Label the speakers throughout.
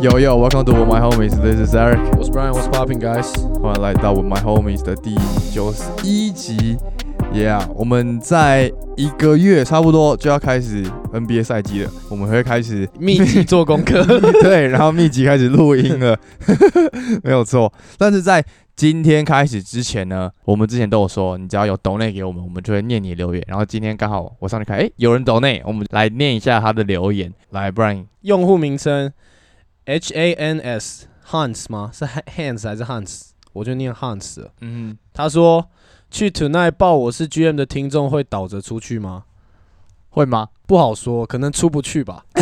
Speaker 1: Yo yo, welcome to my homies. This is Eric.
Speaker 2: 我是 Brian，我是 Popping Guys。
Speaker 1: 欢迎来到我 my homies 的第九十一集。Yeah，我们在一个月差不多就要开始 NBA 赛季了，我们会开始
Speaker 2: 密集做功课，
Speaker 1: 对，然后密集开始录音了， 没有错。但是在今天开始之前呢，我们之前都有说，你只要有 donate 给我们，我们就会念你的留言。然后今天刚好我上去看，诶，有人 donate，我们来念一下他的留言。来，Brian，
Speaker 2: 用户名称 H A N S Hans 吗？是 Han- Hans 还是 Hans？我就念 Hans 了。
Speaker 1: 嗯，
Speaker 2: 他说去 Tonight 报我是 GM 的听众会倒着出去吗？
Speaker 1: 会吗？
Speaker 2: 不好说，可能出不去吧。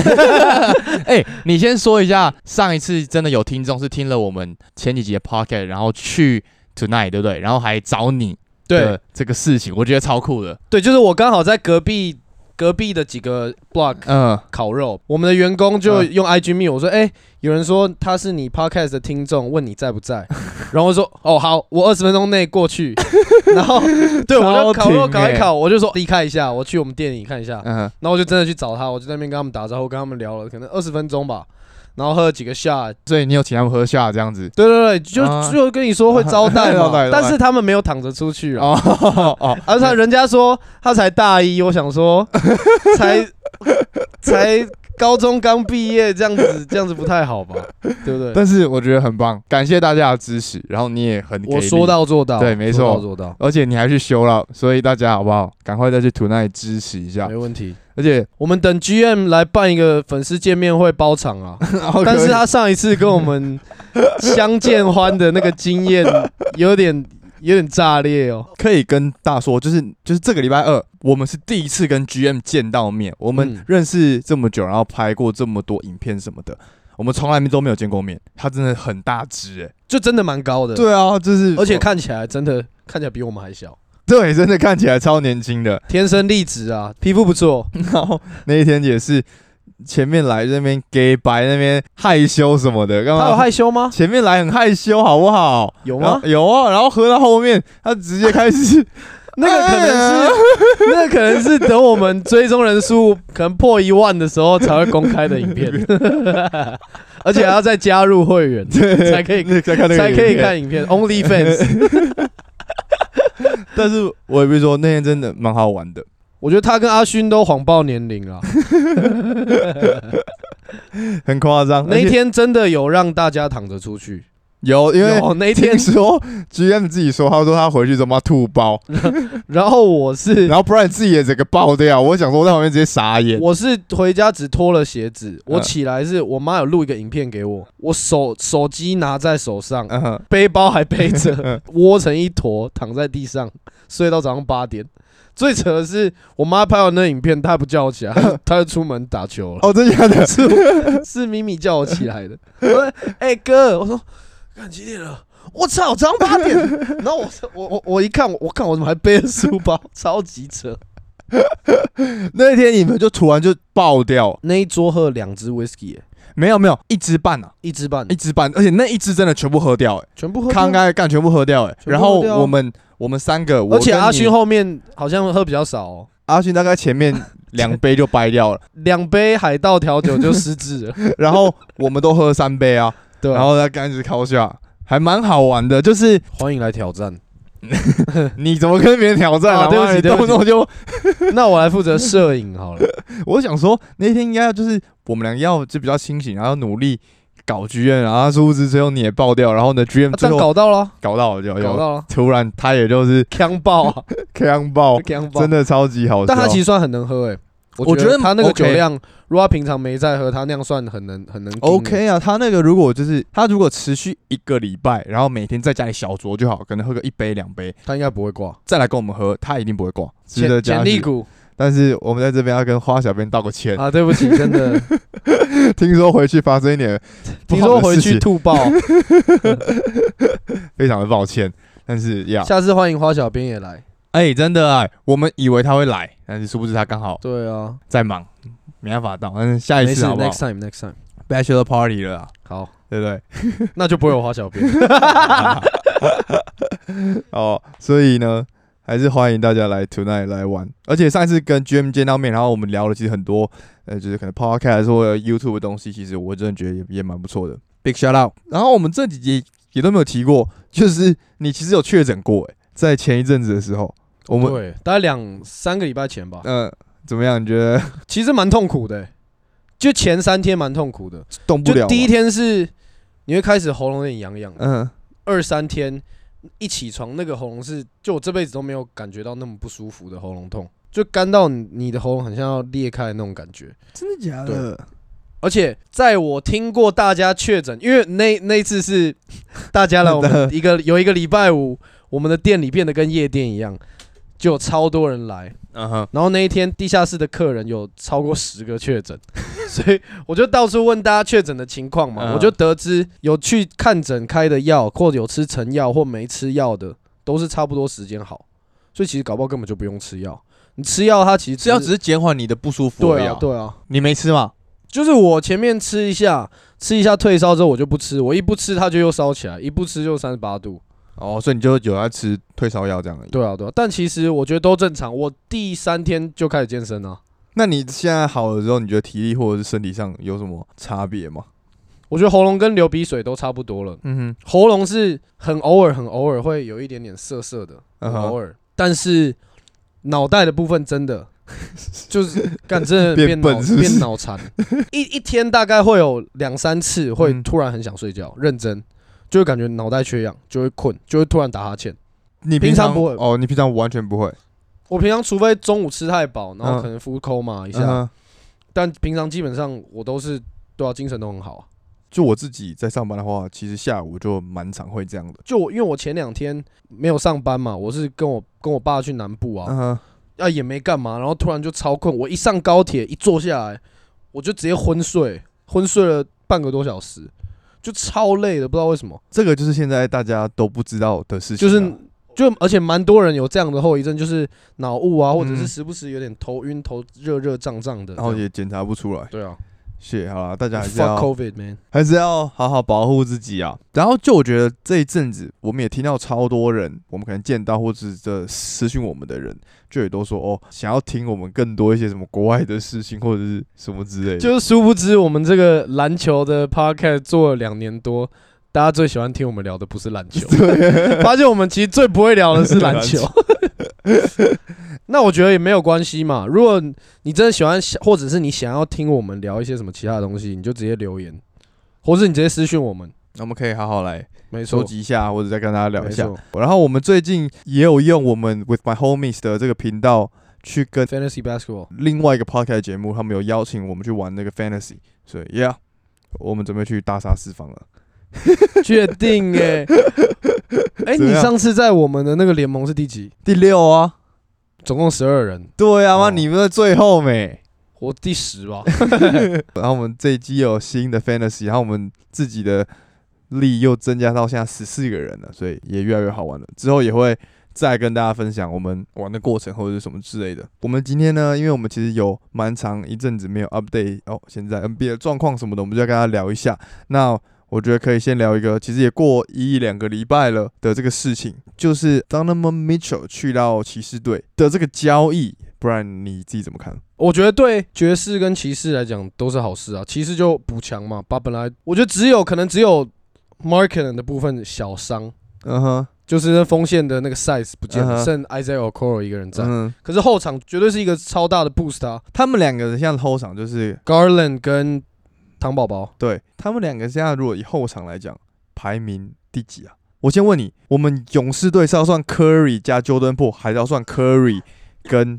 Speaker 1: 哎、你先说一下，上一次真的有听众是听了我们前几集的 podcast，然后去 tonight，对不对？然后还找你
Speaker 2: 对
Speaker 1: 的这个事情，我觉得超酷的。
Speaker 2: 对，就是我刚好在隔壁隔壁的几个 block
Speaker 1: 嗯，
Speaker 2: 烤肉，我们的员工就
Speaker 1: 嗯
Speaker 2: 用 IG 密我说，哎、有人说他是你 podcast 的听众，问你在 不在，然后我说，哦好，我二十分钟内过去，然后对我
Speaker 1: 超
Speaker 2: 就烤肉
Speaker 1: 挺
Speaker 2: 烤一
Speaker 1: 欸
Speaker 2: 烤，我就说离开一下，我去我们店里看一下，
Speaker 1: 嗯，
Speaker 2: 然后我就真的去找他，我就在那边跟他们打招呼，跟他们聊了可能二十分钟吧，然后喝了几个下，
Speaker 1: 所以你有请他们喝下这样子。
Speaker 2: 对对对，就、
Speaker 1: 啊
Speaker 2: 就跟你说会招 待
Speaker 1: 招待招待，
Speaker 2: 嘛但是他们没有躺着出去啊。
Speaker 1: 哦 哦，
Speaker 2: 而且啊人家说他才大一，我 想说才才高中刚毕业，这样子这样子不太好吧？对不对？
Speaker 1: 但是我觉得很棒，感谢大家的支持，然后你也很给
Speaker 2: 我
Speaker 1: 力
Speaker 2: 说，到做到，
Speaker 1: 对没错
Speaker 2: 说到做到，
Speaker 1: 而且你还去修了，所以大家好不好？赶快再去 tonight 支持一下
Speaker 2: 没，问题。
Speaker 1: 而 且，
Speaker 2: 我们等 GM 来办一个粉丝见面会包 场啊！但是他上一次跟我们相见欢的那个经验有点有点炸裂哦。
Speaker 1: 可以跟大家说，就是就是这个礼拜二，我们是第一次跟 GM 见到面，我们
Speaker 2: 嗯
Speaker 1: 认识这么久，然后拍过这么多影片什么的，我们从来都没有见过面。他真的很大只哎、
Speaker 2: 就真的蛮高的，，
Speaker 1: 对啊，就是
Speaker 2: 而且看起来真的看起来比我们还小，
Speaker 1: 对，真的看起来超年轻 的。
Speaker 2: 天生丽质啊，皮肤不错，
Speaker 1: 然后那一天也是前面来这边 gay 白那边害羞什么的，干
Speaker 2: 他有
Speaker 1: 嘛？
Speaker 2: 害羞吗？
Speaker 1: 前面来很害羞，好不好？
Speaker 2: 有
Speaker 1: 然
Speaker 2: 吗
Speaker 1: 后？啊有啊，然后喝到后面，他直接开始
Speaker 2: 那个可能是， 那个可能是等我们追踪人数可能破一万的时候才会公开的 影片，而且还要再加入会员才 可以
Speaker 1: 那 再看那个
Speaker 2: 才可以
Speaker 1: 影片
Speaker 2: 看影片，Only Fans。
Speaker 1: 但是我也不是说那天真的蛮好玩的，
Speaker 2: 我觉得他跟阿勋都谎报年龄啊 了，
Speaker 1: 很夸张。
Speaker 2: 那
Speaker 1: 而
Speaker 2: 一
Speaker 1: 且
Speaker 2: 天真的有让大家躺着出去，
Speaker 1: 有，因为
Speaker 2: 有那一天
Speaker 1: 听，说 GM 自己说，他说他回去怎么吐包，
Speaker 2: 然后我是
Speaker 1: 然后不然自己也整个爆掉。我想说我在旁边直接傻眼。
Speaker 2: 我是回家只脱了鞋子，我
Speaker 1: 嗯
Speaker 2: 起来是我妈有录一个影片给我，我手手机拿在手上，
Speaker 1: 嗯哼，
Speaker 2: 背包还背
Speaker 1: 嗯
Speaker 2: 着，窝成一坨躺在地上，睡到早上八点。最扯的是，我妈拍完那影片，她还不叫我起来，她 就她就出门打球了。
Speaker 1: 哦，真的假的？
Speaker 2: 是我是咪咪叫我起来的。我说：“哎、哥，我说，看几点了？我操，早上 八点。”然后我我我我一看，我我看我怎么还背着书包，超级扯。
Speaker 1: 那天你们就突然就爆掉，
Speaker 2: 那一桌喝了两支 whisky，、欸、
Speaker 1: 没有没有，一支半啊，
Speaker 2: 一支半
Speaker 1: 一，支半，而且那一支真的全部喝掉、欸，
Speaker 2: 全部喝
Speaker 1: 哎，
Speaker 2: 掉
Speaker 1: 康该干全部喝掉、欸，哎。
Speaker 2: 全部喝
Speaker 1: 然后
Speaker 2: 掉
Speaker 1: 我们我们三个，我
Speaker 2: 而且
Speaker 1: 跟
Speaker 2: 阿
Speaker 1: 你
Speaker 2: 勋后面好像喝比较少、哦，
Speaker 1: 阿勋大概前面 两杯就掰掉了，
Speaker 2: 两杯海盗调酒就失 智了。
Speaker 1: 然后我们都喝三杯 啊，
Speaker 2: 对啊，
Speaker 1: 然后他刚开始靠下，还蛮好玩的，就是
Speaker 2: 欢迎来挑战。
Speaker 1: 你怎么跟别人挑战
Speaker 2: 啊对不起
Speaker 1: 你
Speaker 2: 对
Speaker 1: 动
Speaker 2: 不
Speaker 1: 不
Speaker 2: 起
Speaker 1: 动就，
Speaker 2: 那我来负责摄影好 了。
Speaker 1: 我想说那天应该就是我们俩要就比较清醒，然后努力搞 GM，然后殊不知最后你也爆掉，然后呢 GM
Speaker 2: 啊
Speaker 1: 最
Speaker 2: 这样
Speaker 1: 后哎
Speaker 2: 搞到了，
Speaker 1: 搞到了就
Speaker 2: 搞
Speaker 1: 就
Speaker 2: 到了，
Speaker 1: 突然他也就是
Speaker 2: 强爆啊，
Speaker 1: 扛 爆，
Speaker 2: 强爆
Speaker 1: 哦真。的超级好笑。
Speaker 2: 但他其
Speaker 1: 实
Speaker 2: 实算很能喝诶、
Speaker 1: 我
Speaker 2: 觉
Speaker 1: 觉得
Speaker 2: 他那个
Speaker 1: OK
Speaker 2: 酒量如果他平常没在喝，他那样算很能很能盯的。
Speaker 1: OK 啊，他那个如果就是他如果持续一个礼拜，然后每天在家里小酌就好，可能喝个一杯两杯，
Speaker 2: 他应该不会挂。
Speaker 1: 再来跟我们喝，他一定不会挂，值得
Speaker 2: 潜
Speaker 1: 嘉
Speaker 2: 潜力
Speaker 1: 许。
Speaker 2: 股
Speaker 1: 但是我们在这边要跟花小编道个歉，
Speaker 2: 啊，对不起，真的，
Speaker 1: 听说回去发生一点不
Speaker 2: 听
Speaker 1: 好
Speaker 2: 说
Speaker 1: 的
Speaker 2: 回
Speaker 1: 事情
Speaker 2: 去吐 爆，
Speaker 1: 非常的抱歉。但是 呀，
Speaker 2: 下次欢迎花小编也来。
Speaker 1: 哎、真的哎、我们以为他会来，但是殊不知他刚好
Speaker 2: 对啊，
Speaker 1: 在忙，没办法到。但是下一
Speaker 2: 没
Speaker 1: 次
Speaker 2: 事
Speaker 1: 好不好
Speaker 2: ，next time，next time。
Speaker 1: ？Bachelor Party 了啊，
Speaker 2: 好，
Speaker 1: 对不对？
Speaker 2: 那就不会有花小编。
Speaker 1: 哦，所以呢，还是欢迎大家来 Tonight 来玩。而且上一次跟 GM 见到面，然后我们聊了其实很多，呃，就是可能 Podcast 或者 YouTube 的东西，其实我真的觉得也也蛮不错的。Big shout out！然后我们这几集也都没有提过，就是你其实有确诊过、欸，在前一阵子的时候， 我们
Speaker 2: 对，大概两三个礼拜前吧，
Speaker 1: 嗯、怎么样？你觉得
Speaker 2: 其实蛮痛苦的、就前三天蛮痛苦的。
Speaker 1: 动不了啊
Speaker 2: 就
Speaker 1: 吗？
Speaker 2: 第一天是你会开始喉咙有点痒痒，的，
Speaker 1: 嗯，
Speaker 2: 二三天一起床那个喉咙是就我这辈子都没有感觉到那么不舒服的喉咙痛，就干到你你的喉咙很像要裂开的那种感觉。
Speaker 1: 真的假
Speaker 2: 的？而且在我听过大家确诊，因为那那一次是 大家来我们一个有一个礼拜五，我们的店里变得跟夜店一样，就有超多人来。
Speaker 1: 嗯哼，
Speaker 2: 然后那一天地下室的客人有超过十个确诊， 所以我就到处问大家确诊的情况嘛，
Speaker 1: 嗯
Speaker 2: 我就得知有去看诊开的药，或者有吃成药或没吃药的，都是差不多时间好，所以其实搞不好根本就不用吃药。你吃药，它其实
Speaker 1: 吃药只是减缓你的不舒服而
Speaker 2: 对
Speaker 1: 已、
Speaker 2: 啊对啊，
Speaker 1: 你没吃吗？
Speaker 2: 就是我前面吃一下，吃一下退烧之后我就不吃，我一不吃它就又烧起来，一不吃就三十八度。
Speaker 1: 哦，所以你就有在吃退烧药这样而已。
Speaker 2: 对啊，对啊，但其实我觉得都正常。我第三天就开始健身啊，
Speaker 1: 那你现在好了之后，你觉得体力或者是身体上有什么差别吗？
Speaker 2: 我觉得喉咙跟流鼻水都差不多了。
Speaker 1: 嗯
Speaker 2: 喉咙是很偶尔、很偶尔会有一点点涩涩的，
Speaker 1: 嗯
Speaker 2: 很
Speaker 1: 哼
Speaker 2: 偶尔。但是脑袋的部分 真的就是干真的
Speaker 1: 变
Speaker 2: 变
Speaker 1: 笨
Speaker 2: 脑
Speaker 1: 是不是
Speaker 2: 变脑残，一一天大概会有两三次会
Speaker 1: 嗯
Speaker 2: 突然很想睡觉，认真就会感觉脑袋缺氧，就会困，就会突然打哈欠。
Speaker 1: 你
Speaker 2: 平
Speaker 1: 常
Speaker 2: 常不会
Speaker 1: 哦，你平常完全不会。
Speaker 2: 我平常除非中午吃太饱，然
Speaker 1: 嗯
Speaker 2: 后可能敷抠嘛一
Speaker 1: 一
Speaker 2: 下，但平常基本上我都是对啊，精神都很好啊、
Speaker 1: 就我自己在上班的话，其实下午就蛮常会这样的。
Speaker 2: 就我因为我前两天没有上班嘛，我是跟我跟我爸去南部啊，
Speaker 1: 嗯哼，
Speaker 2: 啊也没干嘛，然后突然就超困，我一上高铁一坐下来，我就直接昏睡，昏睡了半个多小时，就超累的，不知道为什么，
Speaker 1: 这个就是现在大家都不知道的事情
Speaker 2: 就
Speaker 1: 啊。
Speaker 2: 是就而且蛮多人有这样的后遗症，就是脑雾啊，或者
Speaker 1: 嗯
Speaker 2: 是时不时有点头晕、头热热胀胀的这
Speaker 1: 然
Speaker 2: 样，
Speaker 1: 后也检查不出来。
Speaker 2: 对啊
Speaker 1: 谢，好啦，大家还是
Speaker 2: ，fuck
Speaker 1: 要
Speaker 2: covid man，
Speaker 1: 还是要好好保护自己啊。然后就我觉得这一阵子，我们也听到超多人，我们可能见到或者是这私讯我们的人，就也都说哦，想要听我们更多一些什么国外的事情或者是什么之类的。
Speaker 2: 就是殊不知我们这个篮球的 podcast 做了两年多。大家最喜欢听我们聊的不是篮球， 发现我们其实最不会聊的是篮球。 那我觉得也没有关系嘛。如果你真的喜欢，或者是你想要听我们聊一些什么其他的东西，你就直接留言，或是你直接私讯我们。
Speaker 1: 那我们可以好好来
Speaker 2: 没错
Speaker 1: 收，集一下，或者再跟大家聊一下
Speaker 2: 没。错
Speaker 1: 然后我们最近也有用我们 With My Homies 的这个频道去跟
Speaker 2: Fantasy Basketball。
Speaker 1: 另外一个 podcast 节目，他们有邀请我们去玩那个 Fantasy，所以 Yeah，我们准备去大杀四方了。
Speaker 2: 确定哎、哎、
Speaker 1: 怎
Speaker 2: 你
Speaker 1: 么样
Speaker 2: 上次在我们的那个联盟是第几？
Speaker 1: 第六啊，
Speaker 2: 总共十二人，
Speaker 1: 对啊，妈、
Speaker 2: 哦
Speaker 1: 你们在最后没？
Speaker 2: 我第十吧。
Speaker 1: 然后我们这一季有新的 Fantasy，然后我们自己的力又增加到现在十四个人了，所以也越来越好玩了。之后也会再跟大家分享我们玩的过程或者是什么之类的。我们今天呢，因为我们其实有蛮长一阵子没有 update 哦，现在 NBA 的状况什么的，我们就要跟大家聊一下。那我觉得可以先聊一个，其实也过一两个礼拜了的这个事情，就是 Donovan Mitchell 去到骑士队的这个交易，不然你自己怎么看？
Speaker 2: 我觉得对爵士跟骑士来讲都是好事啊。骑士就补强嘛，把本来我觉得只有可能只有 market 的部分小伤，
Speaker 1: 嗯哼，
Speaker 2: 就是那锋线的那个 size 不见
Speaker 1: 嗯
Speaker 2: 了，
Speaker 1: 哼
Speaker 2: 剩 Isaiah Okoro 一个人在。
Speaker 1: 嗯，
Speaker 2: 可是后场绝对是一个超大的 boost 啊
Speaker 1: 他们两个像后场就是
Speaker 2: ，Garland 跟唐宝宝
Speaker 1: 对他们两个现在如果以后场来讲，排名第几啊？我先问你，我们勇士队是要算 Curry 加 Jordan p o 还是要算 Curry 跟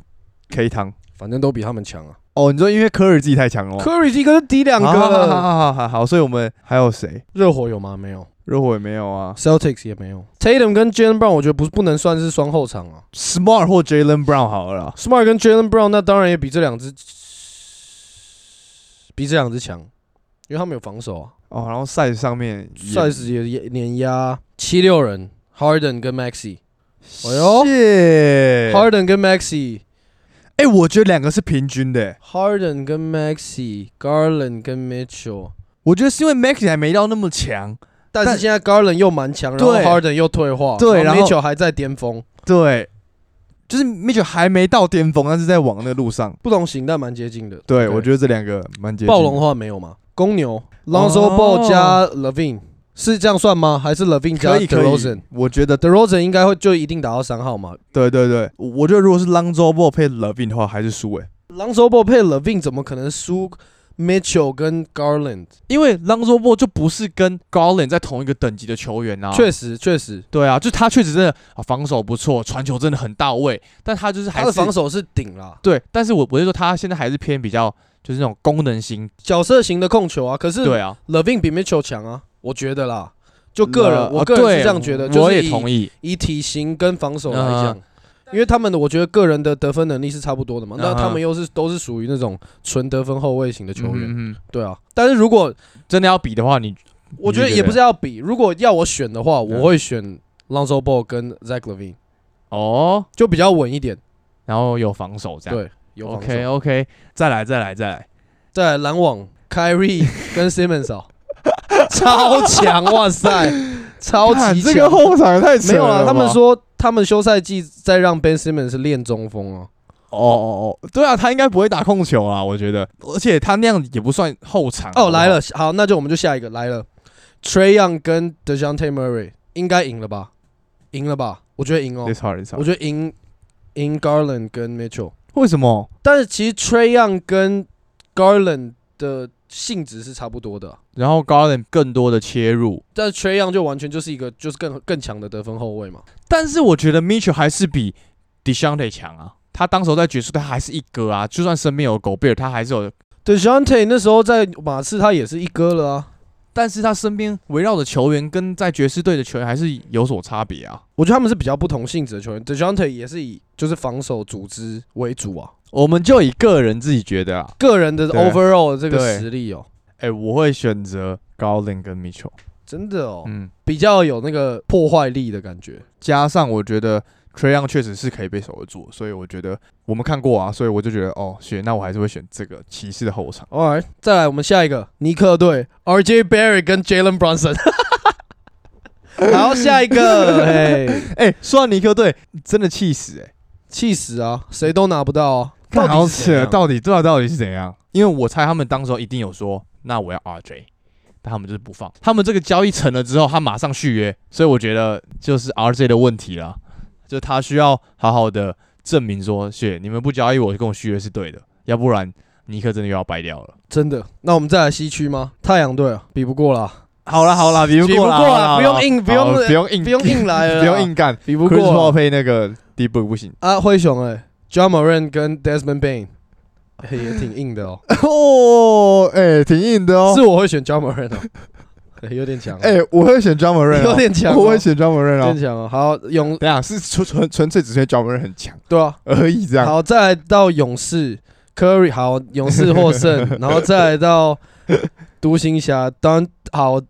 Speaker 1: K 汤？
Speaker 2: 反正都比他们强啊。
Speaker 1: 哦，你说因为 Curry 自己太强了吗？
Speaker 2: Curry 一个就抵两个
Speaker 1: 好好好
Speaker 2: 了，
Speaker 1: 好好好好，所以我们还有谁？
Speaker 2: 热火有吗？没有
Speaker 1: 热火也没有啊
Speaker 2: ，Celtics 也没有。Tatum 跟 Jalen Brown 我觉得不不能算是双后场啊。
Speaker 1: ，Smart 或 Jalen Brown 好了啦。
Speaker 2: Smart 跟 Jalen Brown 那当然也比这两支比这两支强，因为他们有防守啊。
Speaker 1: 哦，然后赛上面也
Speaker 2: size 也也碾压七六人，Harden 跟 Maxi，Harden 哎呦
Speaker 1: 谢。
Speaker 2: 跟 Maxi，Harden
Speaker 1: 哎、我觉得两个是平均的、欸。
Speaker 2: 跟 Maxi，Garland 跟 Mitchell。
Speaker 1: 我觉得是因为 Maxi 还没到那么强，
Speaker 2: 但
Speaker 1: 但
Speaker 2: 是现在 Garland 又蛮强，然后
Speaker 1: 对
Speaker 2: Harden 又退化，
Speaker 1: 对然后
Speaker 2: Mitchell 还在巅峰，
Speaker 1: 对，就是 Mitchell 还没到巅峰，但是在往那个路上。
Speaker 2: 不同型但蛮接近的。
Speaker 1: 对，我觉得这两个蛮接近的。
Speaker 2: 暴龙的话没有吗？公牛 Lonzo
Speaker 1: 哦
Speaker 2: Ball 加 Levine 是这样算吗？还是 Levine 加
Speaker 1: 可以可
Speaker 2: DeRozan？DeRozan
Speaker 1: 以，我觉得
Speaker 2: 应该会就一定打到三号嘛
Speaker 1: 对对对，我我觉得如果是 Lonzo Ball 配 Levine 的话，还是输欸诶、
Speaker 2: ？Lonzo Ball 配 Levine 怎么可能输 Mitchell 跟 Garland？
Speaker 1: 因为 Lonzo Ball 就不是跟 Garland 在同一个等级的球员啊。
Speaker 2: 确实确实，
Speaker 1: 对啊，就他确实真的啊防守不错，传球真的很到位，但他就是还是
Speaker 2: 他的防守是顶啦，
Speaker 1: 对，但是我我是说他现在还是偏比较就是那种功能型。
Speaker 2: 角色型的控球啊。可是
Speaker 1: 对啊，
Speaker 2: Levine 比 Mitchell 强啊，我觉得啦。就个人，
Speaker 1: 呃
Speaker 2: 我
Speaker 1: 啊
Speaker 2: 个人
Speaker 1: 对
Speaker 2: 是这样觉得，
Speaker 1: 我也同
Speaker 2: 意。
Speaker 1: 意。
Speaker 2: 以体型跟防守来讲
Speaker 1: 嗯
Speaker 2: 因为他们的我觉得个人的得分能力是差不多的嘛。那
Speaker 1: 嗯
Speaker 2: 他们又是都是属于那种纯得分后卫型的球员，
Speaker 1: 嗯哼
Speaker 2: 对啊。但是如果
Speaker 1: 哼真的要比的话，你
Speaker 2: 我觉得
Speaker 1: 你觉得
Speaker 2: 也不是要比，如果要我选的话，
Speaker 1: 嗯
Speaker 2: 我会选 Lonzo Ball 跟 Zach Levine，
Speaker 1: 哦，
Speaker 2: 就比较稳一点。
Speaker 1: 然后有防守这样。
Speaker 2: 对，有防守
Speaker 1: OK OK，再来再来再来，
Speaker 2: 再来篮网 Kyrie 跟 Simmons 啊，超强！哇塞，超
Speaker 1: 看
Speaker 2: 级
Speaker 1: 这个
Speaker 2: 强！
Speaker 1: 后场也太扯
Speaker 2: 没有啊，
Speaker 1: 了
Speaker 2: 他们
Speaker 1: 吧
Speaker 2: 说他们休赛季再让 Ben Simmons 练中锋啊。
Speaker 1: 哦哦哦，对啊，他应该不会打控球啊，我觉得，而且他那样也不算后场。好
Speaker 2: 哦，
Speaker 1: 不好
Speaker 2: 来了，，好，那就我们就下一个来了。Trey Young 跟 Dejounte Murray 应该赢了吧？赢了吧？我觉得赢哦
Speaker 1: It's，hard, it's hard
Speaker 2: 我觉得赢赢 Garland 跟 Mitchell。
Speaker 1: 为什么？
Speaker 2: 但是其实 Trey Young 跟 Garland 的性质是差不多的啊，
Speaker 1: 然后 Garden 更多的切入，
Speaker 2: 但是 Trey Young 就完全就是一个就是更更强的得分后卫嘛。
Speaker 1: 但是我觉得 Mitchell 还是比 Deshante 强啊。他当时候在爵士队，他还是一哥啊，就算身边有狗贝尔，他还是有，
Speaker 2: Dejounte 那时候在马刺他也是一哥了啊，
Speaker 1: 但是他身边围绕的球员跟在爵士队的球员还是有所差别啊。
Speaker 2: 我觉得他们是比较不同性质的球员。Dejounte 也是以就是防守组织为主啊，
Speaker 1: 我们就以个人自己觉得啊，
Speaker 2: 个人的
Speaker 1: 对
Speaker 2: overall 的这个
Speaker 1: 对
Speaker 2: 实力哦，
Speaker 1: 哎、我会选择 Garden 跟 Mitchell，
Speaker 2: 真的哦。
Speaker 1: 嗯，
Speaker 2: 比较有那个破坏力的感觉。
Speaker 1: 加上我觉得 Trey Young 确实是可以被守得住，所以我觉得我们看过啊，所以我就觉得哦，选那我还是会选这个骑士的后场。
Speaker 2: Alright，再来我们下一个尼克队，RJ Barry 跟 Jalen Brunson。好，下一个，嘿，
Speaker 1: 哎、说到尼克队，真的气死哎、
Speaker 2: 气死啊，谁都拿不到啊，
Speaker 1: 看
Speaker 2: 到
Speaker 1: 好
Speaker 2: 底是怎
Speaker 1: 扯，
Speaker 2: 样
Speaker 1: 到底对啊，到底是怎样？因为我猜他们当时候一定有说，那我要 RJ，但他们就是不放。他们这个交易成了之后，他马上续约，所以我觉得就是 RJ 的问题了，就他需要好好的证明说，谢你们不交易我跟我续约是对的，要不然尼克真的又要掰掉了。
Speaker 2: 真的。那我们再来西区吗？太阳队啊，比不过啦，
Speaker 1: 好了好了，比
Speaker 2: 比
Speaker 1: 不
Speaker 2: 不
Speaker 1: 过
Speaker 2: 过啦，
Speaker 1: 了，
Speaker 2: 不用硬，不用
Speaker 1: 不用硬，呃
Speaker 2: 不用硬来了啦，
Speaker 1: 不用硬干。
Speaker 2: 比不
Speaker 1: Chris Paul
Speaker 2: 过啦
Speaker 1: 配那个 d e b o o 不行
Speaker 2: 啊。灰熊哎，John Moran 跟 Desmond Bain 嘿也挺硬的哦，
Speaker 1: 哦，哎，挺硬的哦
Speaker 2: 是。我会选 John Moran 哦，嘿有点强哦，
Speaker 1: 哎，我会选 j a m a r a n
Speaker 2: 有点强哦，
Speaker 1: 我会选 j a m a r a
Speaker 2: 有
Speaker 1: n
Speaker 2: 点
Speaker 1: 哦。
Speaker 2: 强哦。好，勇
Speaker 1: 等一啊下是纯纯纯粹只是 j a m a r a n 很强
Speaker 2: 对啊，
Speaker 1: 而已，这样。
Speaker 2: 好，再来到勇士 Curry，好，勇士获 胜，然后再来到独行侠，当好，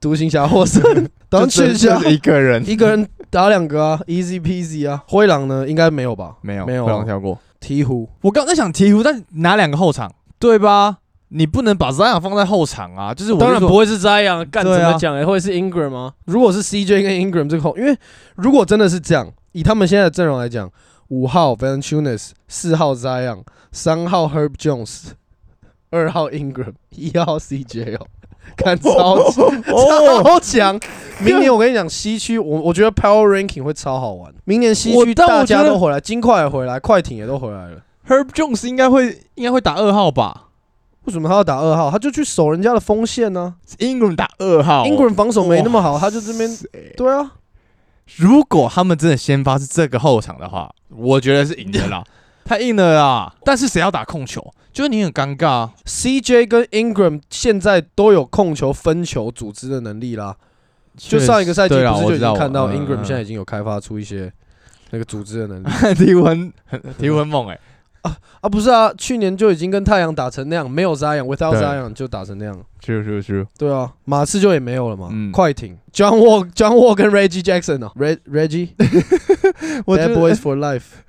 Speaker 2: 独行侠获胜，啊当
Speaker 1: 就
Speaker 2: 全
Speaker 1: 只
Speaker 2: 侠
Speaker 1: 就只一个人
Speaker 2: 一个人打两个啊，easy peasy 啊。灰狼呢，应该没有吧？
Speaker 1: 没有
Speaker 2: 没有
Speaker 1: 不让跳过。
Speaker 2: 鹈鹕
Speaker 1: 我刚才想鹈鹕，但哪两个后场？对吧？你不能把 Zion 放在后场啊，就是我
Speaker 3: 当然
Speaker 1: 就说
Speaker 3: 不会是 Zion，干
Speaker 1: 对
Speaker 3: 怎
Speaker 1: 啊
Speaker 3: 么讲、欸？会是 Ingram 吗？
Speaker 2: 啊如果是 CJ 跟 Ingram 这个后，因为如果真的是这样，以他们现在的阵容来讲，五号 Van t u n e s 四号 Zion，三号 Herb Jones，二号 Ingram，一号 CJ 哦， 看超级。
Speaker 1: 哦，
Speaker 2: 超强！明年我跟你讲，西区我我觉得 Power Ranking 会超好玩。明年西区
Speaker 1: 我但我
Speaker 2: 大家
Speaker 1: 觉得
Speaker 2: 都回来，金块也回来，快艇也都回来了。
Speaker 1: Herb Jones 应该会应该会打二号吧
Speaker 2: 为什么他要打二号？他就去守人家的锋线呢、
Speaker 1: ？Ingram 打二号哦
Speaker 2: Ingram 防守没那么好，他就这边
Speaker 1: 塞
Speaker 2: 对啊，
Speaker 1: 如果他们真的先发是这个后场的话，我觉得是赢 的啦，太硬了啦。但是谁要打控球，就是你很尴尬啊。
Speaker 2: CJ 跟 Ingram 现在都有控球、分球、组织的能力啦。就上一个赛季
Speaker 1: 对啦
Speaker 2: 不是就
Speaker 1: 我
Speaker 2: 已
Speaker 1: 知道
Speaker 2: 经看到
Speaker 1: 嗯
Speaker 2: Ingram
Speaker 1: 嗯
Speaker 2: 现在已经有开发出一些那个组织的能力
Speaker 1: 提文提文梦哎，
Speaker 2: 啊？不是啊，去年就已经跟太阳打成那样，没有 Zion，without
Speaker 1: 对
Speaker 2: Zion 就打成那样。
Speaker 1: 是是是，
Speaker 2: 对啊，马刺就也没有了嘛。
Speaker 1: 嗯
Speaker 2: 快艇，John Wall，John Wall 跟 Reggie Jackson 哦，Reg Reggie，Bad
Speaker 1: 我觉得
Speaker 2: Boys for Life。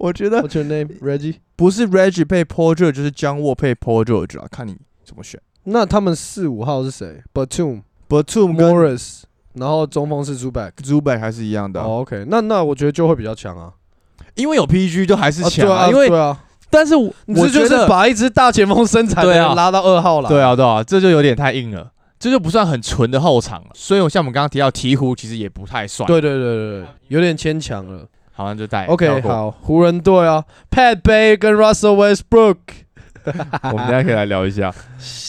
Speaker 1: 我觉得
Speaker 2: What's your name, Reggie？
Speaker 1: 不是 Reggie 配 Paul George 就是 John Wall 配 Paul George 啊，看你怎么选。
Speaker 2: 那他们四五号是谁？Batum、
Speaker 1: Batum 跟
Speaker 2: Morris，然后中锋是 Zubac。
Speaker 1: Zubac 还是一样的啊、
Speaker 2: 哦，OK，那那我觉得就会比较强啊，
Speaker 1: 因为有 PG 就还是
Speaker 2: 啊
Speaker 1: 强、
Speaker 2: 对啊，
Speaker 1: 因为
Speaker 2: 对啊，
Speaker 1: 但是我
Speaker 2: 你这
Speaker 1: 我觉
Speaker 2: 就是
Speaker 1: 得
Speaker 2: 把一支大前锋身材的
Speaker 1: 对
Speaker 2: 人
Speaker 1: 啊
Speaker 2: 拉到二号了。
Speaker 1: 对啊对啊，这就有点太硬了，这就不算很纯的后场了。所以我像我们刚刚提到鹈鹕，其实也不太算，
Speaker 2: 对对对对对，有点牵强了。
Speaker 1: 好像就带
Speaker 2: OK，，好，湖人队啊，Pat Bay 跟 Russell Westbrook，
Speaker 1: 跳过 我们大家可以来聊一下。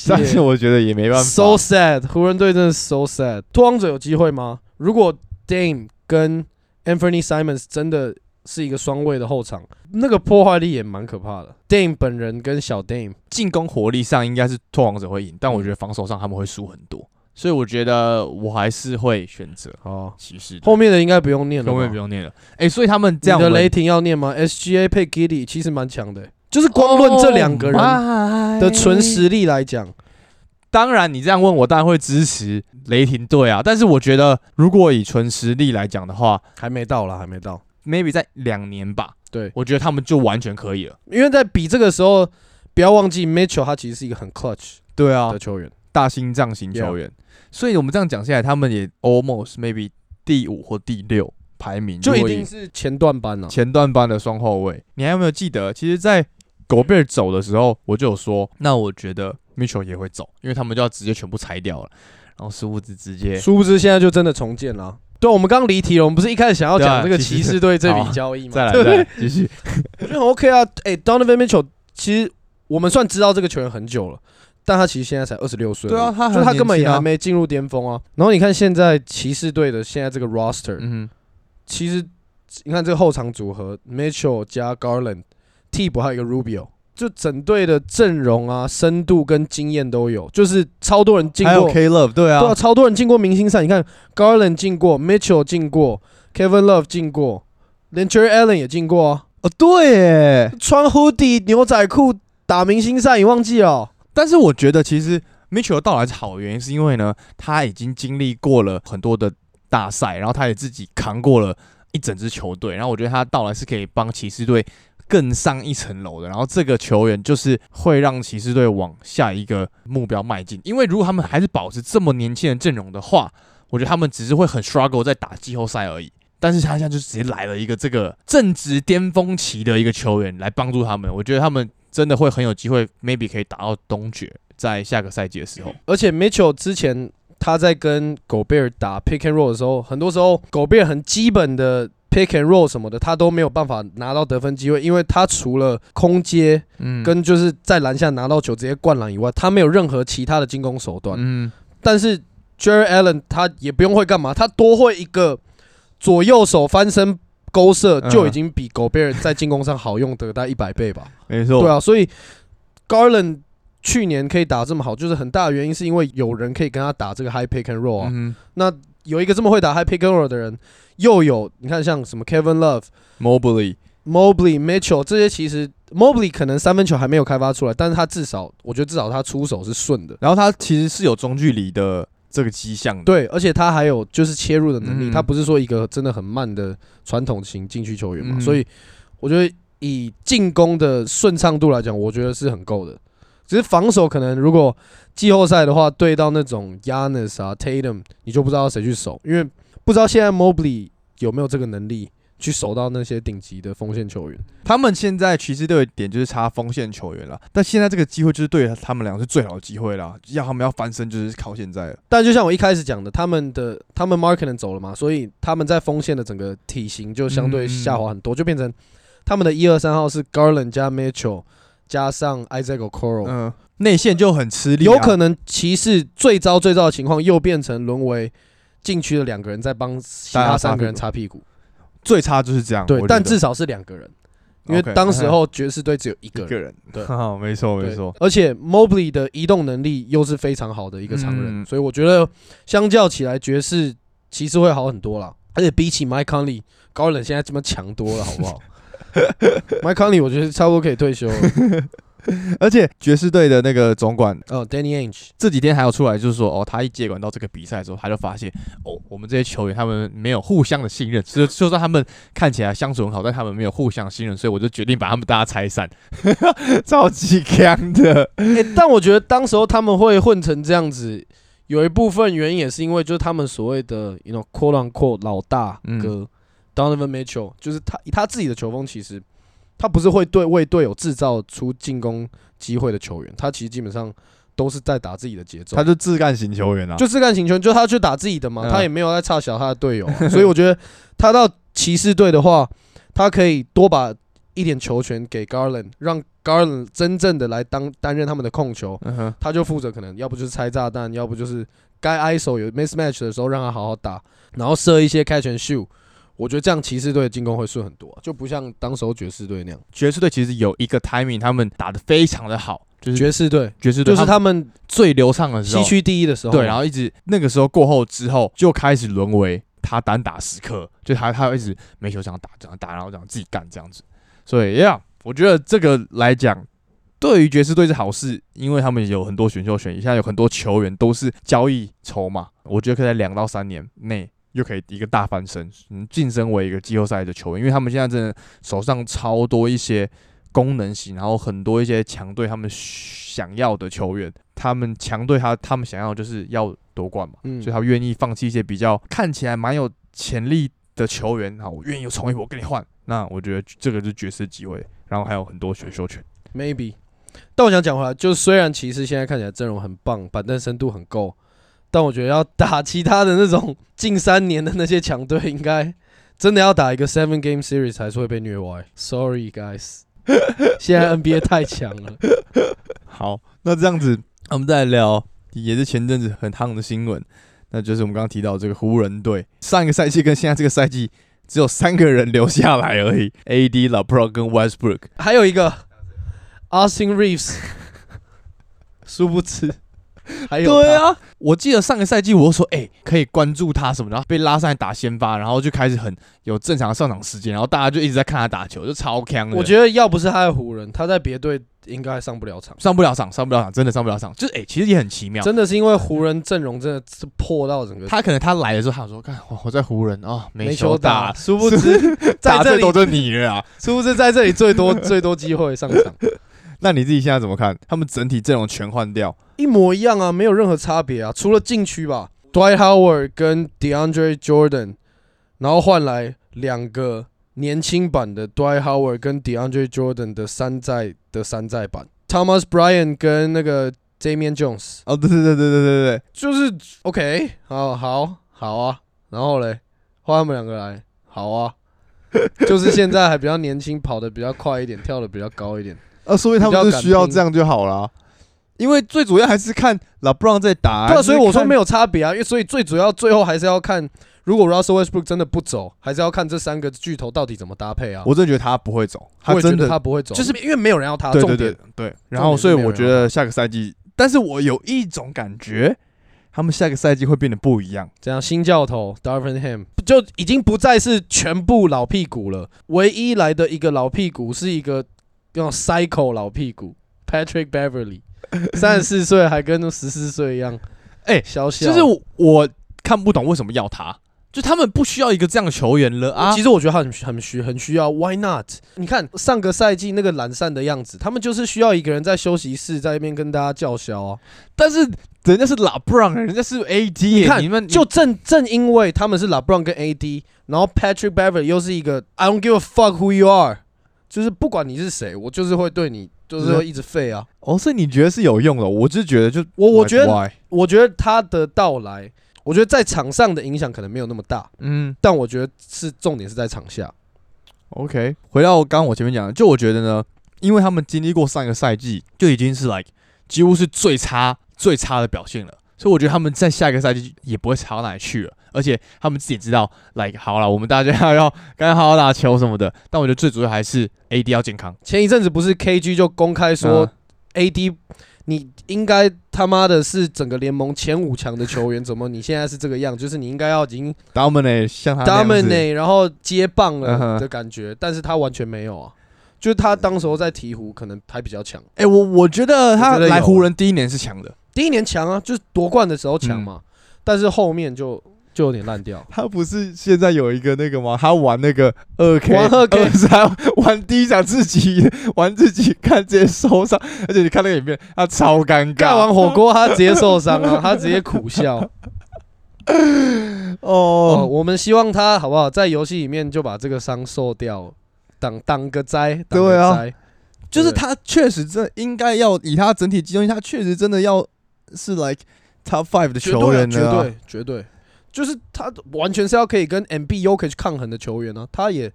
Speaker 1: 但
Speaker 2: 啊谢
Speaker 1: 是我觉得也没办法
Speaker 2: so sad，湖人队真的 so sad。拓荒者有机会吗？如果 Dame 跟 Anthony Simons 真的是一个双位的后场，那个破坏力也蛮可怕的。Dame 本人跟小 Dame，
Speaker 1: 进攻火力上应该是拓王者会赢，但我觉得防守上他们会输很多，所以我觉得我还是会选择
Speaker 2: 好，
Speaker 1: 骑士队。
Speaker 2: 后面的应该不用念了吧。
Speaker 1: 永远不用念了，哎，所以他们这样
Speaker 2: 你的
Speaker 1: 稳
Speaker 2: 雷霆要念吗？SGA 配 Giddy 其实蛮强的、
Speaker 1: 哦
Speaker 2: 就是光论这两个人
Speaker 1: Oh my
Speaker 2: 的纯实力来讲，
Speaker 1: 当然，你这样问我，当然会支持雷霆队啊。但是我觉得，如果以纯实力来讲的话
Speaker 2: 还没到啦，还没到。
Speaker 1: ，maybe 在两年吧。
Speaker 2: 对
Speaker 1: 我觉得他们就完全可以了。
Speaker 2: 因为在比这个时候，不要忘记 Mitchell 他其实是一个很 clutch
Speaker 1: 对啊
Speaker 2: 的，球员，
Speaker 1: 大心脏型球员。所以我们这样讲下来，他们也 almost maybe 第五或第六排名，
Speaker 2: 就
Speaker 1: 如
Speaker 2: 一
Speaker 1: 果以
Speaker 2: 定是前段班啊了、
Speaker 1: 前段班的双后卫。你还有没有记得？其实，在狗贝尔走的时候，我就有说，那我觉得 Mitchell 也会走，因为他们就要直接全部拆掉了。然后殊不知直接
Speaker 2: 殊不知现在就真的重建了。啊对，我们刚离题了，我们不是一开始想要
Speaker 1: 对啊
Speaker 2: 讲这个
Speaker 1: 其
Speaker 2: 骑
Speaker 1: 实
Speaker 2: 士队这
Speaker 1: 好啊
Speaker 2: 笔交易吗？
Speaker 1: 再来
Speaker 2: 对不
Speaker 1: 再
Speaker 2: 对
Speaker 1: 来继续。
Speaker 2: 我觉得很 OK 啊。哎、d o n o v a n Mitchell 其实我们算知道这个球员很久了，但他其实现在才二十六岁而已，
Speaker 1: 对啊他还
Speaker 2: 就他根本
Speaker 1: 年
Speaker 2: 也
Speaker 1: 轻啊
Speaker 2: 还没进入巅峰啊。然后你看现在骑士队的现在这个 roster，、
Speaker 1: 嗯哼，
Speaker 2: 其实你看这个后场组合，Mitchell 加 Garland，替补还有一个 Rubio，就整队的阵容啊、深度跟经验都有，就是超多人进
Speaker 1: 还有
Speaker 2: 过，
Speaker 1: K Love 对啊，
Speaker 2: 对啊，超多人进过明星赛。你看 Garland 进过，Mitchell 进过，Kevin Love 进过，连 Jerry Allen 也进过啊。
Speaker 1: 哦对耶，
Speaker 2: 穿 hoodie 牛仔裤打明星赛，你忘记了？
Speaker 1: 但是我觉得其实 Mitchell 到来是好的原因，是因为呢，他已经经历过了很多的大赛，然后他也自己扛过了一整支球队，然后我觉得他到来是可以帮骑士队更上一层楼的。然后这个球员就是会让骑士队往下一个目标迈进，因为如果他们还是保持这么年轻的阵容的话，我觉得他们只是会很 struggle 在打季后赛而已。但是他现在就直接来了一个这个正值巅峰期的一个球员来帮助他们，我觉得他们真的会很有机会，maybe 可以打到东决，在下个赛季的时候。
Speaker 2: 而且 Mitchell 之前他在跟狗贝尔打 pick and roll 的时候，很多时候狗贝尔很基本的 pick and roll 什么的，他都没有办法拿到得分机会，因为他除了空接
Speaker 1: 嗯
Speaker 2: 跟就是在篮下拿到球直接灌篮以外，他没有任何其他的进攻手段。
Speaker 1: 嗯，
Speaker 2: 但是 Jerry Allen 他也不用会干嘛，他多会一个左右手翻身勾射，
Speaker 1: 嗯
Speaker 2: 就已经比狗贝尔在进攻上好用得大一百倍 吧。
Speaker 1: 没错，
Speaker 2: 对啊，所以 Garland 去年可以打这么好，就是很大的原因是因为有人可以跟他打这个 high pick and roll 啊。
Speaker 1: 嗯
Speaker 2: 那有一个这么会打 high pick and roll 的人，又有你看像什么 Kevin Love、
Speaker 1: 哼，Mobley，
Speaker 2: Mobley、Mitchell 这些，其实 Mobley 可能三分球还没有开发出来，但是他至少我觉得至少他出手是顺的。
Speaker 1: 然后他其实是有中距离的这个迹象的。
Speaker 2: 对，而且他还有就是切入的能力，
Speaker 1: 嗯
Speaker 2: 他不是说一个真的很慢的传统型禁区球员嘛，
Speaker 1: 嗯
Speaker 2: 所以我觉得以进攻的顺畅度来讲，我觉得是很够的。只是防守可能如果季后赛的话，对到那种 Yanis 啊 Tatum，你就不知道谁去守，因为不知道现在 Mobley 有没有这个能力去守到那些顶级的锋线球员。
Speaker 1: 他们现在骑士队的点就是差锋线球员了，但现在这个机会就是对他们俩是最好的机会啦，要他们要翻身就是靠现在了。
Speaker 2: 但就像我一开始讲的，他们的他们 marketing 走了嘛，所以他们在锋线的整个体型就相对下滑很多，就变成他们的一二三号是 Garland 加 Mitchell 加上 Isaac Okoro，、
Speaker 1: 嗯，内线就很吃力啊、
Speaker 2: 有可能骑士最糟最糟的情况又变成沦为禁区的两个人在帮其
Speaker 1: 大家
Speaker 2: 他
Speaker 1: 擦
Speaker 2: 三个
Speaker 1: 屁
Speaker 2: 人
Speaker 1: 股
Speaker 2: 擦屁股，
Speaker 1: 啊最差就是这样。
Speaker 2: 对，但至
Speaker 1: 是
Speaker 2: 少是两个人，因为当
Speaker 1: 嗯
Speaker 2: 时候爵士队只有 一
Speaker 1: 一
Speaker 2: 个人。
Speaker 1: 个人，
Speaker 2: 对
Speaker 1: 哈哈，没错
Speaker 2: 对
Speaker 1: 没错，
Speaker 2: 而且 Mobley 的移动能力又是非常好的一个常人，
Speaker 1: 嗯
Speaker 2: 所以我觉得相较起来，爵士骑士会好很多啦。而且比起 Mike Conley，高冷现在这么强多了，好不好？Mike Conley 我觉得差不多可以退休了。
Speaker 1: 而且爵士队的那个总管
Speaker 2: 哦，Danny Ainge，
Speaker 1: 这几天还有出来，就是说哦，他一接管到这个比赛之后，他就发现哦，我们这些球员他们没有互相的信 任，就就算他们看起来相处很好，但他们没有互相信任，所以我就决定把他们大家拆 散，超级强的，
Speaker 2: 哎、但我觉得当时候他们会混成这样子，有一部分原因也是因为就是他们所谓的 you know quote on quote 老大
Speaker 1: 嗯
Speaker 2: 哥、Donovan Mitchell，就是他他自己的球风，其实他不是会对为队友制造出进攻机会的球员，他其实基本上都是在打自己的节奏
Speaker 1: 他。就自干型球员啊，
Speaker 2: 就是干型球员，就他去打自己的嘛，
Speaker 1: 嗯
Speaker 2: 他也没有在差小他的队友啊、所以我觉得他到骑士队的话，他可以多把一点球权给 Garland，让 Garland 真正的来当担任他们的控球，
Speaker 1: 嗯哼，
Speaker 2: 他就负责可能要不就是拆炸弹，要不就是该 ISO 有 mismatch 的时候让他好好打，然后射一些开全秀。我觉得这样骑士队的进攻会顺很多啊、就不像当时候爵士队那样。
Speaker 1: 爵士队其实有一个 timing，他们打得非常的好，就是
Speaker 2: 爵士队
Speaker 1: 爵士队
Speaker 2: 就
Speaker 1: 嗯
Speaker 2: 是
Speaker 1: 他们
Speaker 2: 他们
Speaker 1: 最流畅的时候
Speaker 2: 西，区第一的时候，
Speaker 1: 对，然
Speaker 2: 后
Speaker 1: 后一直那个时候过后之后就开始沦为他单打时刻，就他他会一直没球这样打这样打，然后这样自己干这样子。所以呀，yeah, 我觉得这个来讲，对于爵士队是好事，因为他们有很多选秀选，现在有很多球员都是交易筹码，我觉得可以在两到三年内。又可以一个大翻身，嗯，晋升为一个季后赛的球员，因为他们现在真的手上超多一些功能型，然后很多一些强队他们想要的球员，他们强队他他们想要就是要夺冠嘛，
Speaker 2: 嗯
Speaker 1: 所以他愿意放弃一些比较看起来蛮有潜力的球员，好，我愿意冲一波我跟你换，那我觉得这个是爵士机会，然后还有很多选秀权，
Speaker 2: maybe。但我想讲回来，就是虽然骑士现在看起来阵容很棒，板凳深度很够，但我觉得要打其他的那种近三年的那些强队，应该真的要打一个 seven game series 才是会被虐歪。Sorry guys，现在 NBA 太强了。
Speaker 1: 好，那这样子，我们再来聊，也是前阵子很夯的新闻，那就是我们刚刚提到这个湖人队，上一个赛季跟现在这个赛季只有三个人留下来而已，AD、LeBron 跟 Westbrook，
Speaker 2: 还有一个 Austin Reeves，殊不知还有
Speaker 1: 对
Speaker 2: 他，
Speaker 1: 啊，我记得上个赛季我就说，哎、可以关注他什么，然后被拉上来打先发，然后就开始很有正常的上场时间，然后大家就一直在看他打球，就超强的。
Speaker 2: 我觉得要不是他在湖人，他在别队应该上不了场。
Speaker 1: 上不了场，上不了场，真的上不了场，就是哎、其实也很奇妙。
Speaker 2: 真的是因为湖人阵容真的是破到整个
Speaker 1: 他可能他来的时候，他想说，看我我在湖人啊、哦，
Speaker 2: 没
Speaker 1: 球
Speaker 2: 球打，
Speaker 1: 打，
Speaker 2: 殊不知
Speaker 1: 打
Speaker 2: 在这
Speaker 1: 最
Speaker 2: 里
Speaker 1: 多就你了啊。
Speaker 2: 殊不知在这里最多最多机会上场，
Speaker 1: 那你自己现在怎么看？他们整体阵容全换掉，
Speaker 2: 一模一样啊，没有任何差别啊，除了禁区吧，Dwight Howard 跟 DeAndre Jordan，然后换来两个年轻版的 Dwight Howard 跟 DeAndre Jordan 的山寨的山寨版，Thomas Bryan 跟那个 Damian Jones，
Speaker 1: 哦，对对对对对对对，
Speaker 2: 就是 OK，好好好啊，然后嘞，换他们两个来，好啊。就是现在还比较年轻，跑得比较快一点，跳得比较高一点。
Speaker 1: 呃，说明他
Speaker 2: 比较
Speaker 1: 们就
Speaker 2: 敢
Speaker 1: 需要
Speaker 2: 拼
Speaker 1: 这样就好了，啊因为最主要还是看 LeBron 在打啊、
Speaker 2: 对啊，所以我说
Speaker 1: 没有。
Speaker 2: 没有差别啊，因为所以最主要最后还是要看，如果 Russell Westbrook 真的不走，还是要看这三个巨头到底怎么搭配啊。
Speaker 1: 我真的觉得他不会走，
Speaker 2: 我
Speaker 1: 他
Speaker 2: 也觉
Speaker 1: 真
Speaker 2: 得
Speaker 1: 的
Speaker 2: 他不会走，就是因为没有人要他。
Speaker 1: 对
Speaker 2: 啊重
Speaker 1: 对
Speaker 2: 点
Speaker 1: 对对。然后，
Speaker 2: 重点是啊
Speaker 1: 所以
Speaker 2: 没有
Speaker 1: 我
Speaker 2: 人
Speaker 1: 觉得下个赛季，但是我有一种感觉，他们下个赛季会变得不一样。
Speaker 2: 这样新教头 Darvin Ham 就已经不再是全部老屁股了，唯一来的一个老屁股是一个用 cycle 老屁股 Patrick Beverly，三十四岁还跟十四岁一 样，
Speaker 1: 哎
Speaker 2: 小小。
Speaker 1: 就是我我看不懂为什么要他，就他们不需要一个这样的球员了啊
Speaker 2: 其。实我觉得他很很需很需要，Why not？你看上个赛季那个懒散的样子，他们就是需要一个人在休息室在那边跟大家叫嚣啊。
Speaker 1: 但是人家是拉布朗，人家是 AD，
Speaker 2: 你
Speaker 1: 耶
Speaker 2: 看
Speaker 1: 你们
Speaker 2: 就正正因为他们是 LeBron 跟 AD，然后 Patrick Beverly 又是一个 I don't give a fuck who you are，就是不管你是谁，我就是会对你就是会一直废啊。
Speaker 1: 哦，所以你觉得是有用的？我只是觉得就
Speaker 2: 我我觉
Speaker 1: Like
Speaker 2: 得
Speaker 1: why？
Speaker 2: 我觉得他的到来，我觉得在场上的影响可能没有那么大，
Speaker 1: 嗯
Speaker 2: 但我觉得是重点是在场下。
Speaker 1: ，OK，回到刚刚我前面讲的，就我觉得呢，因为他们经历过上个赛季就已经是 like 几乎是最差最差的表现了，所以我觉得他们在下一个赛季也不会差到哪里去了。而且他们自己也知道，like 好了，我们大家要要该好好打球什么的。但我觉得最主要还是 AD 要健康。
Speaker 2: 前一阵子不是 KG 就公开说
Speaker 1: 嗯
Speaker 2: AD，你应该他妈的是整个联盟前五强的球员，怎么你现在是这个样？就是你应该要已经
Speaker 1: Dominate 像他那样子
Speaker 2: dominate，然后接棒
Speaker 1: 嗯哼
Speaker 2: 了的感觉，但是他完全没有啊，就是他当时候在鹈鹕可能还比较强，
Speaker 1: 哎、我我觉得他
Speaker 2: 我觉得有
Speaker 1: 来湖人第一年是强的，
Speaker 2: 第一年强啊，就是夺冠的时候强
Speaker 1: 嗯
Speaker 2: 嘛，但是后面就就有点烂掉。
Speaker 1: 他不是现在有一个那个吗？他玩那个二 K，
Speaker 2: 玩 2K
Speaker 1: 三，玩第一场自己玩自己看直接受伤，而且你看那个影片，他超尴尬。
Speaker 2: 干完火锅他直接受伤啊，他直接苦笑。哦，
Speaker 1: 哦，
Speaker 2: 我们希望他好不好，在游戏里面就把这个伤受掉，挡挡个灾，挡个
Speaker 1: 对啊
Speaker 2: 灾。
Speaker 1: 就是
Speaker 2: 对
Speaker 1: 他确实真的应该要以他整体机动性，他确实真的要是 like top five 的
Speaker 2: 绝
Speaker 1: 球
Speaker 2: 对啊
Speaker 1: 员
Speaker 2: 绝
Speaker 1: 了啊、
Speaker 2: 对绝对，就是他完全是要可以跟 M B U K 去抗衡的球员啊，他也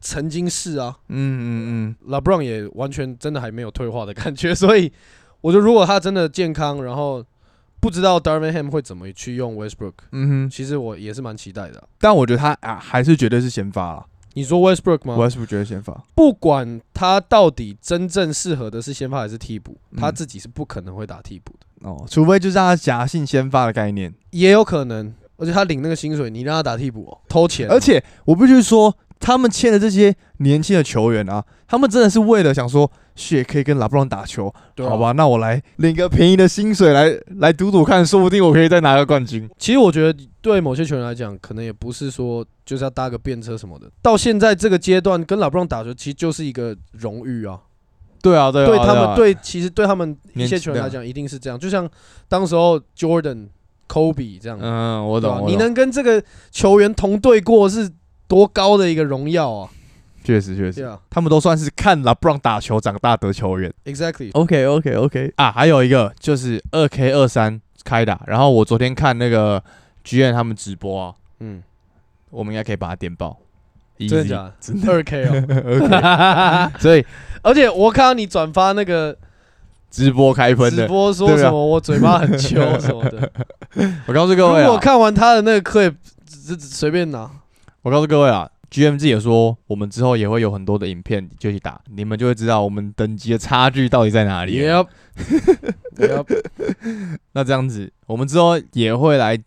Speaker 2: 曾经是啊
Speaker 1: 嗯嗯
Speaker 2: ，LeBron 也完全真的还没有退化的感觉，所以我觉得如果他真的健康，然后不知道 Darvin Ham 会怎么去用 Westbrook，
Speaker 1: 嗯嗯哼，
Speaker 2: 其实我也是蛮期待的啊、
Speaker 1: 但我觉得他啊还是绝对是先发了，
Speaker 2: 你说 Westbrook 吗？
Speaker 1: 我还是不觉得先发。
Speaker 2: 不管他到底真正适合的是先发还是替补，
Speaker 1: 嗯
Speaker 2: 他自己是不可能会打替补的，
Speaker 1: 哦，除非就是他假性先发的概念，
Speaker 2: 也有可能。而且他领那个薪水，你让他打替补、哦，偷钱啊、
Speaker 1: 而且我必须说，他们签的这些年轻的球员啊，他们真的是为了想说，血可以跟拉布朗打球，
Speaker 2: 对啊
Speaker 1: 好吧，那我来领个便宜的薪水来来赌赌看，说不定我可以再拿个冠军。
Speaker 2: 其实我觉得对某些球员来讲，可能也不是说就是要搭个便车什么的。到现在这个阶段，跟老布朗打球其实就是一个荣誉啊。
Speaker 1: 对啊，对啊，
Speaker 2: 对他们，
Speaker 1: 啊
Speaker 2: 对其实对他们一
Speaker 1: 年啊轻
Speaker 2: 些球员来讲，一定是这样。就像当时候 Jordan、Kobe 这样，
Speaker 1: 嗯，我
Speaker 2: 对吧
Speaker 1: 懂，我
Speaker 2: 你
Speaker 1: 懂
Speaker 2: 能跟这个球员同队过是多高的一个荣耀啊！
Speaker 1: 确实确
Speaker 2: 对
Speaker 1: 实，
Speaker 2: 啊
Speaker 1: 他们都算是看拉布朗打球长大的球员。
Speaker 2: ，Exactly。
Speaker 1: OK OK OK 啊，还有一个就是二 K 二三开打，然后我昨天看那个剧院他们直播啊，
Speaker 2: 嗯，
Speaker 1: 我们应该可以把它电爆。
Speaker 2: 真的假的？二 K 哦，
Speaker 1: ？OK，所 以
Speaker 2: 而且我看到你转发 那个
Speaker 1: 直播开喷
Speaker 2: 直
Speaker 1: 的，
Speaker 2: 播，说
Speaker 1: 对啊
Speaker 2: 什么我嘴巴很秋什么 的。
Speaker 1: 我告诉各位
Speaker 2: 如果
Speaker 1: 啊，
Speaker 2: 看完他的那个 clip，只只随便拿。
Speaker 1: 我告诉各位啊，GM 自己也说，我们之后也会有很多的影片就去打，你们就会知道我们等级的差距到底在哪里了。
Speaker 2: Yep，Yep，
Speaker 1: 那这样子，我们之后也会来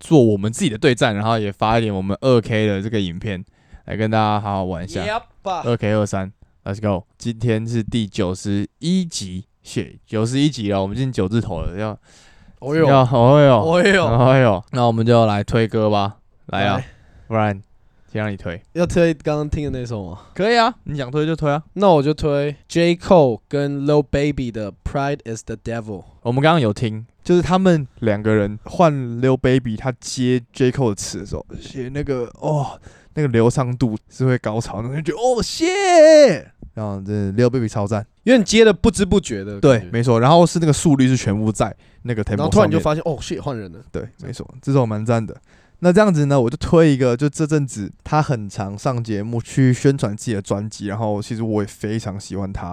Speaker 1: 做我们自己的对战，然后也发一点我们二 K 的这个影片来跟大家好好玩一下。呃
Speaker 2: Yep 吧。
Speaker 1: 二 K 二三，Let's go！今天是第九十一集，谢九十一集了，我们进九字头了，要
Speaker 2: 哦哟，
Speaker 1: 要，哦哟，
Speaker 2: 哦哟，
Speaker 1: 哦哟，那我们就来推歌吧，来啊，
Speaker 2: 来，
Speaker 1: 不然先让你推，
Speaker 2: 要推刚刚听的那首吗？
Speaker 1: 可以啊，你想推就推啊。
Speaker 2: 那我就推 J Cole 跟 Lil Baby 的《Pride Is the Devil》。
Speaker 1: 我们刚刚有听，就是他们两个人换 Lil Baby 他接 J Cole 的词的时候，写那个哦，那个流畅度是会高潮，那就觉得哦谢，然后这 Lil Baby 超赞，
Speaker 2: 因为你接的不知不觉的，
Speaker 1: 对，，没错，然后是那个速率是全部在那个 tempo
Speaker 2: 然后突然
Speaker 1: 上
Speaker 2: 就
Speaker 1: 面
Speaker 2: 发现，哦，shit，换人了。
Speaker 1: 对，没错，这首蛮赞的。那这样子呢，我就推一个，就这阵子他很常上节目去宣传自己的专辑，然后其实我也非常喜欢他，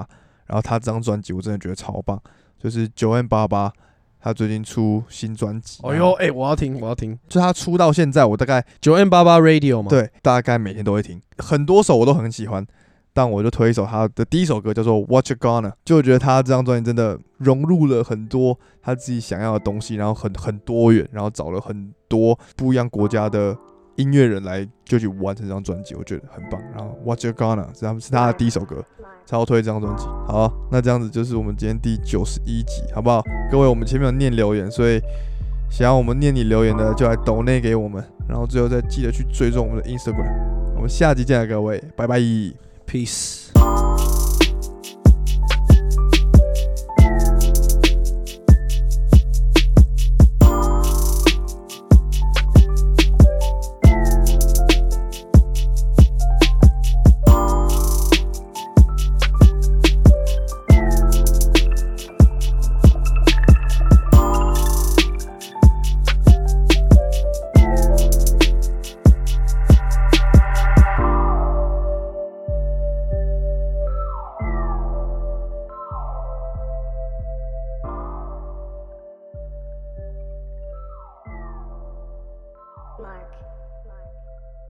Speaker 1: 然后他这张专辑我真的觉得超棒，就是九 N 八八，他最近出新专辑，
Speaker 2: 哦哟，，哎，我要听，我要听
Speaker 1: 就他出到现在，我大概
Speaker 2: 九 N 八八 Radio 嘛。，
Speaker 1: 对大概每天都会听，很多首我都很喜欢，但我就推一首他的第一首歌叫做《What You Gonna》，就我觉得他这张专辑真的融入了很多他自己想要的东西，然后很很多元，然后找了很多不一样国家的音乐人来就去完成这张专辑，我觉得很棒。然后《What You Gonna》是他们是他的第一首歌，超推这张专辑。好，那这样子就是我们今天第九十一集，好不好？各位，我们前面有念留言，所以。想要我们念你留言的，就来抖内给我们，然后最后再记得去追踪我们的 Instagram。我们下集见了，各位，拜拜。
Speaker 2: Peace。
Speaker 4: Mark.